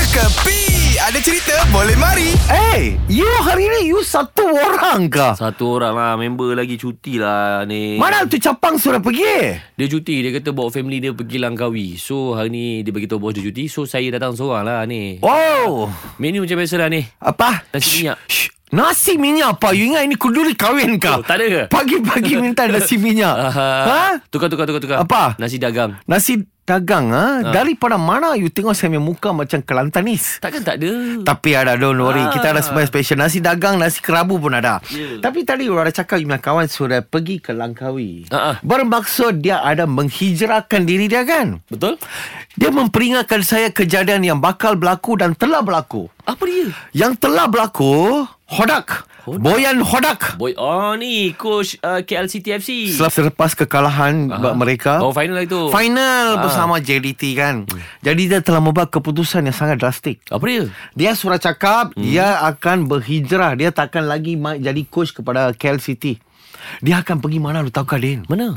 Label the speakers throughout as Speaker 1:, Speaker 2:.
Speaker 1: Kepi Ada cerita boleh mari
Speaker 2: Hey, Eh, you hari ni you satu orang kah?
Speaker 3: Satu orang lah Member lagi cuti lah ni
Speaker 2: Mana tu capang sudah pergi?
Speaker 3: Dia cuti Dia kata bawa family dia pergi Langkawi So hari ni Dia beritahu bos dia cuti So saya datang seorang lah ni
Speaker 2: Oh,
Speaker 3: Menu macam biasa lah ni
Speaker 2: apa?
Speaker 3: Nasi minyak.
Speaker 2: Shh, shh. Nasi minyak apa? You ingat ini kuduri kahwin kah?
Speaker 3: Oh, tak ada ke?
Speaker 2: Pagi-pagi minta nasi minyak. Ah. ha?
Speaker 3: Tukar tukar tukar tukar
Speaker 2: Apa?
Speaker 3: Nasi dagang
Speaker 2: Nasi dagang ha? Daripada mana you tengok saya punya muka macam Kelantanis?
Speaker 3: Takkan tak ada
Speaker 2: Tapi ada don't worry
Speaker 3: Ah.
Speaker 2: Kita ada semua special Nasi dagang Nasi kerabu pun ada
Speaker 3: Ya.
Speaker 2: Tapi tadi orang cakap You punya kawan sudah pergi ke Langkawi
Speaker 3: Ah, ah.
Speaker 2: Bermaksud dia ada menghijrahkan diri dia kan
Speaker 3: Betul?
Speaker 2: Dia memperingatkan saya kejadian yang bakal berlaku dan telah berlaku.
Speaker 3: Apa dia?
Speaker 2: Yang telah berlaku, Hodak.
Speaker 3: Hodak.
Speaker 2: Boyan Hodak.
Speaker 3: Boy Oh ni Coach uh, KLCTFC
Speaker 2: Selepas selepas kekalahan
Speaker 3: Aha.
Speaker 2: mereka.
Speaker 3: Oh, final lah itu.
Speaker 2: Final
Speaker 3: Ah. Hmm.
Speaker 2: bersama JDT kan. Jadi dia telah membuat keputusan yang sangat drastik.
Speaker 3: Apa dia?
Speaker 2: Dia surat cakap hmm. dia akan berhijrah, dia takkan lagi ma- jadi coach kepada KL City. Dia akan pergi mana lu tahu kah Din?
Speaker 3: Mana?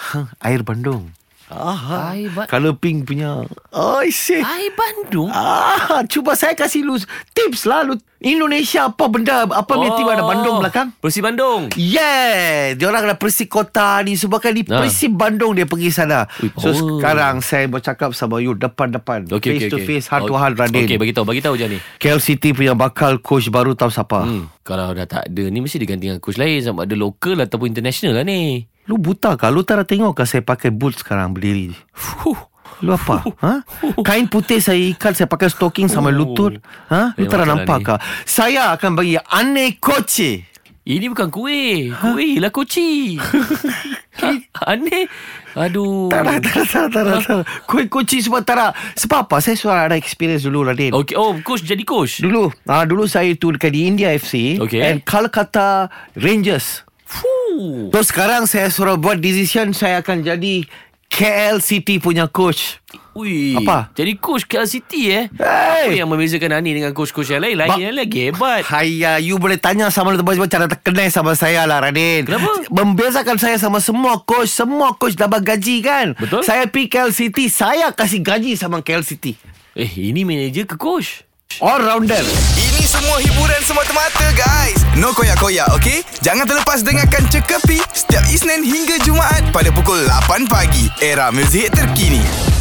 Speaker 2: Hah, Air Bandung. Aha.
Speaker 3: Air Ba-
Speaker 2: Kalau Pink punya. Oi, sih.
Speaker 3: Air Bandung?
Speaker 2: Ah, cuba saya kasih lu tips lah lu Indonesia apa benda apa oh. tiba ada Bandung belakang.
Speaker 3: Persi Bandung
Speaker 2: Yeah, dia orang ada Persik Kota ni semua kan di
Speaker 3: Ah.
Speaker 2: Persik Bandung dia pergi sana.
Speaker 3: Ui,
Speaker 2: So
Speaker 3: power.
Speaker 2: sekarang saya bercakap sama you depan-depan,
Speaker 3: Okey,
Speaker 2: face
Speaker 3: okey,
Speaker 2: to
Speaker 3: okey.
Speaker 2: face, heart to
Speaker 3: Okey,
Speaker 2: heart Radin.
Speaker 3: Okey, beritahu, beritahu je ni.
Speaker 2: KL City punya bakal coach baru tahu siapa.
Speaker 3: Hmm, kalau dah tak ada ni mesti diganti dengan coach lain sama ada local ataupun international lah ni.
Speaker 2: Lu buta kah? Lu tak ada tengok kah saya pakai boots sekarang berdiri?
Speaker 3: Fuh.
Speaker 2: Lu apa? ha? Kain putih saya ikat Saya pakai stocking sama
Speaker 3: Oh.
Speaker 2: lutut ha? Lu
Speaker 3: Eh,
Speaker 2: tak ada
Speaker 3: masalah
Speaker 2: nampak
Speaker 3: ni.
Speaker 2: kah? Saya akan bagi Ane Koci
Speaker 3: Ini bukan kuih. Kuih lah koci. Ha, Aneh. Aduh.
Speaker 2: Tak nak, tak nak, tak nak, tak nak, tak nak. Kuih kucing semua tak nak. Sebab apa? Saya sudah ada experience dulu, Radin.
Speaker 3: Okey, oh coach jadi coach.
Speaker 2: Dulu, ah dulu saya tu dekat di India FC
Speaker 3: Okey.
Speaker 2: and Kolkata Rangers.
Speaker 3: Fuh.
Speaker 2: Terus sekarang saya suruh buat decision saya akan jadi KL City punya coach.
Speaker 3: Ui.
Speaker 2: Apa?
Speaker 3: Jadi coach KL City eh.
Speaker 2: Hey!
Speaker 3: Apa yang membezakan Ani dengan coach-coach yang lain? Lain
Speaker 2: Ba- Ha.
Speaker 3: yang lagi hebat.
Speaker 2: Haiya, you boleh tanya sama lebih macam cara terkenai sama saya lah, Radin.
Speaker 3: Kenapa?
Speaker 2: Membezakan saya sama semua coach. Semua coach dapat gaji kan?
Speaker 3: Betul.
Speaker 2: Saya pergi KL City, saya kasih gaji sama KL City.
Speaker 3: Eh, ini manager ke coach?
Speaker 2: All rounder.
Speaker 1: Ini semua hiburan semata-mata guys No koyak-koyak ok Jangan terlepas dengarkan Cekapi Setiap Isnin hingga Jumaat Pada pukul 8 pagi Era muzik terkini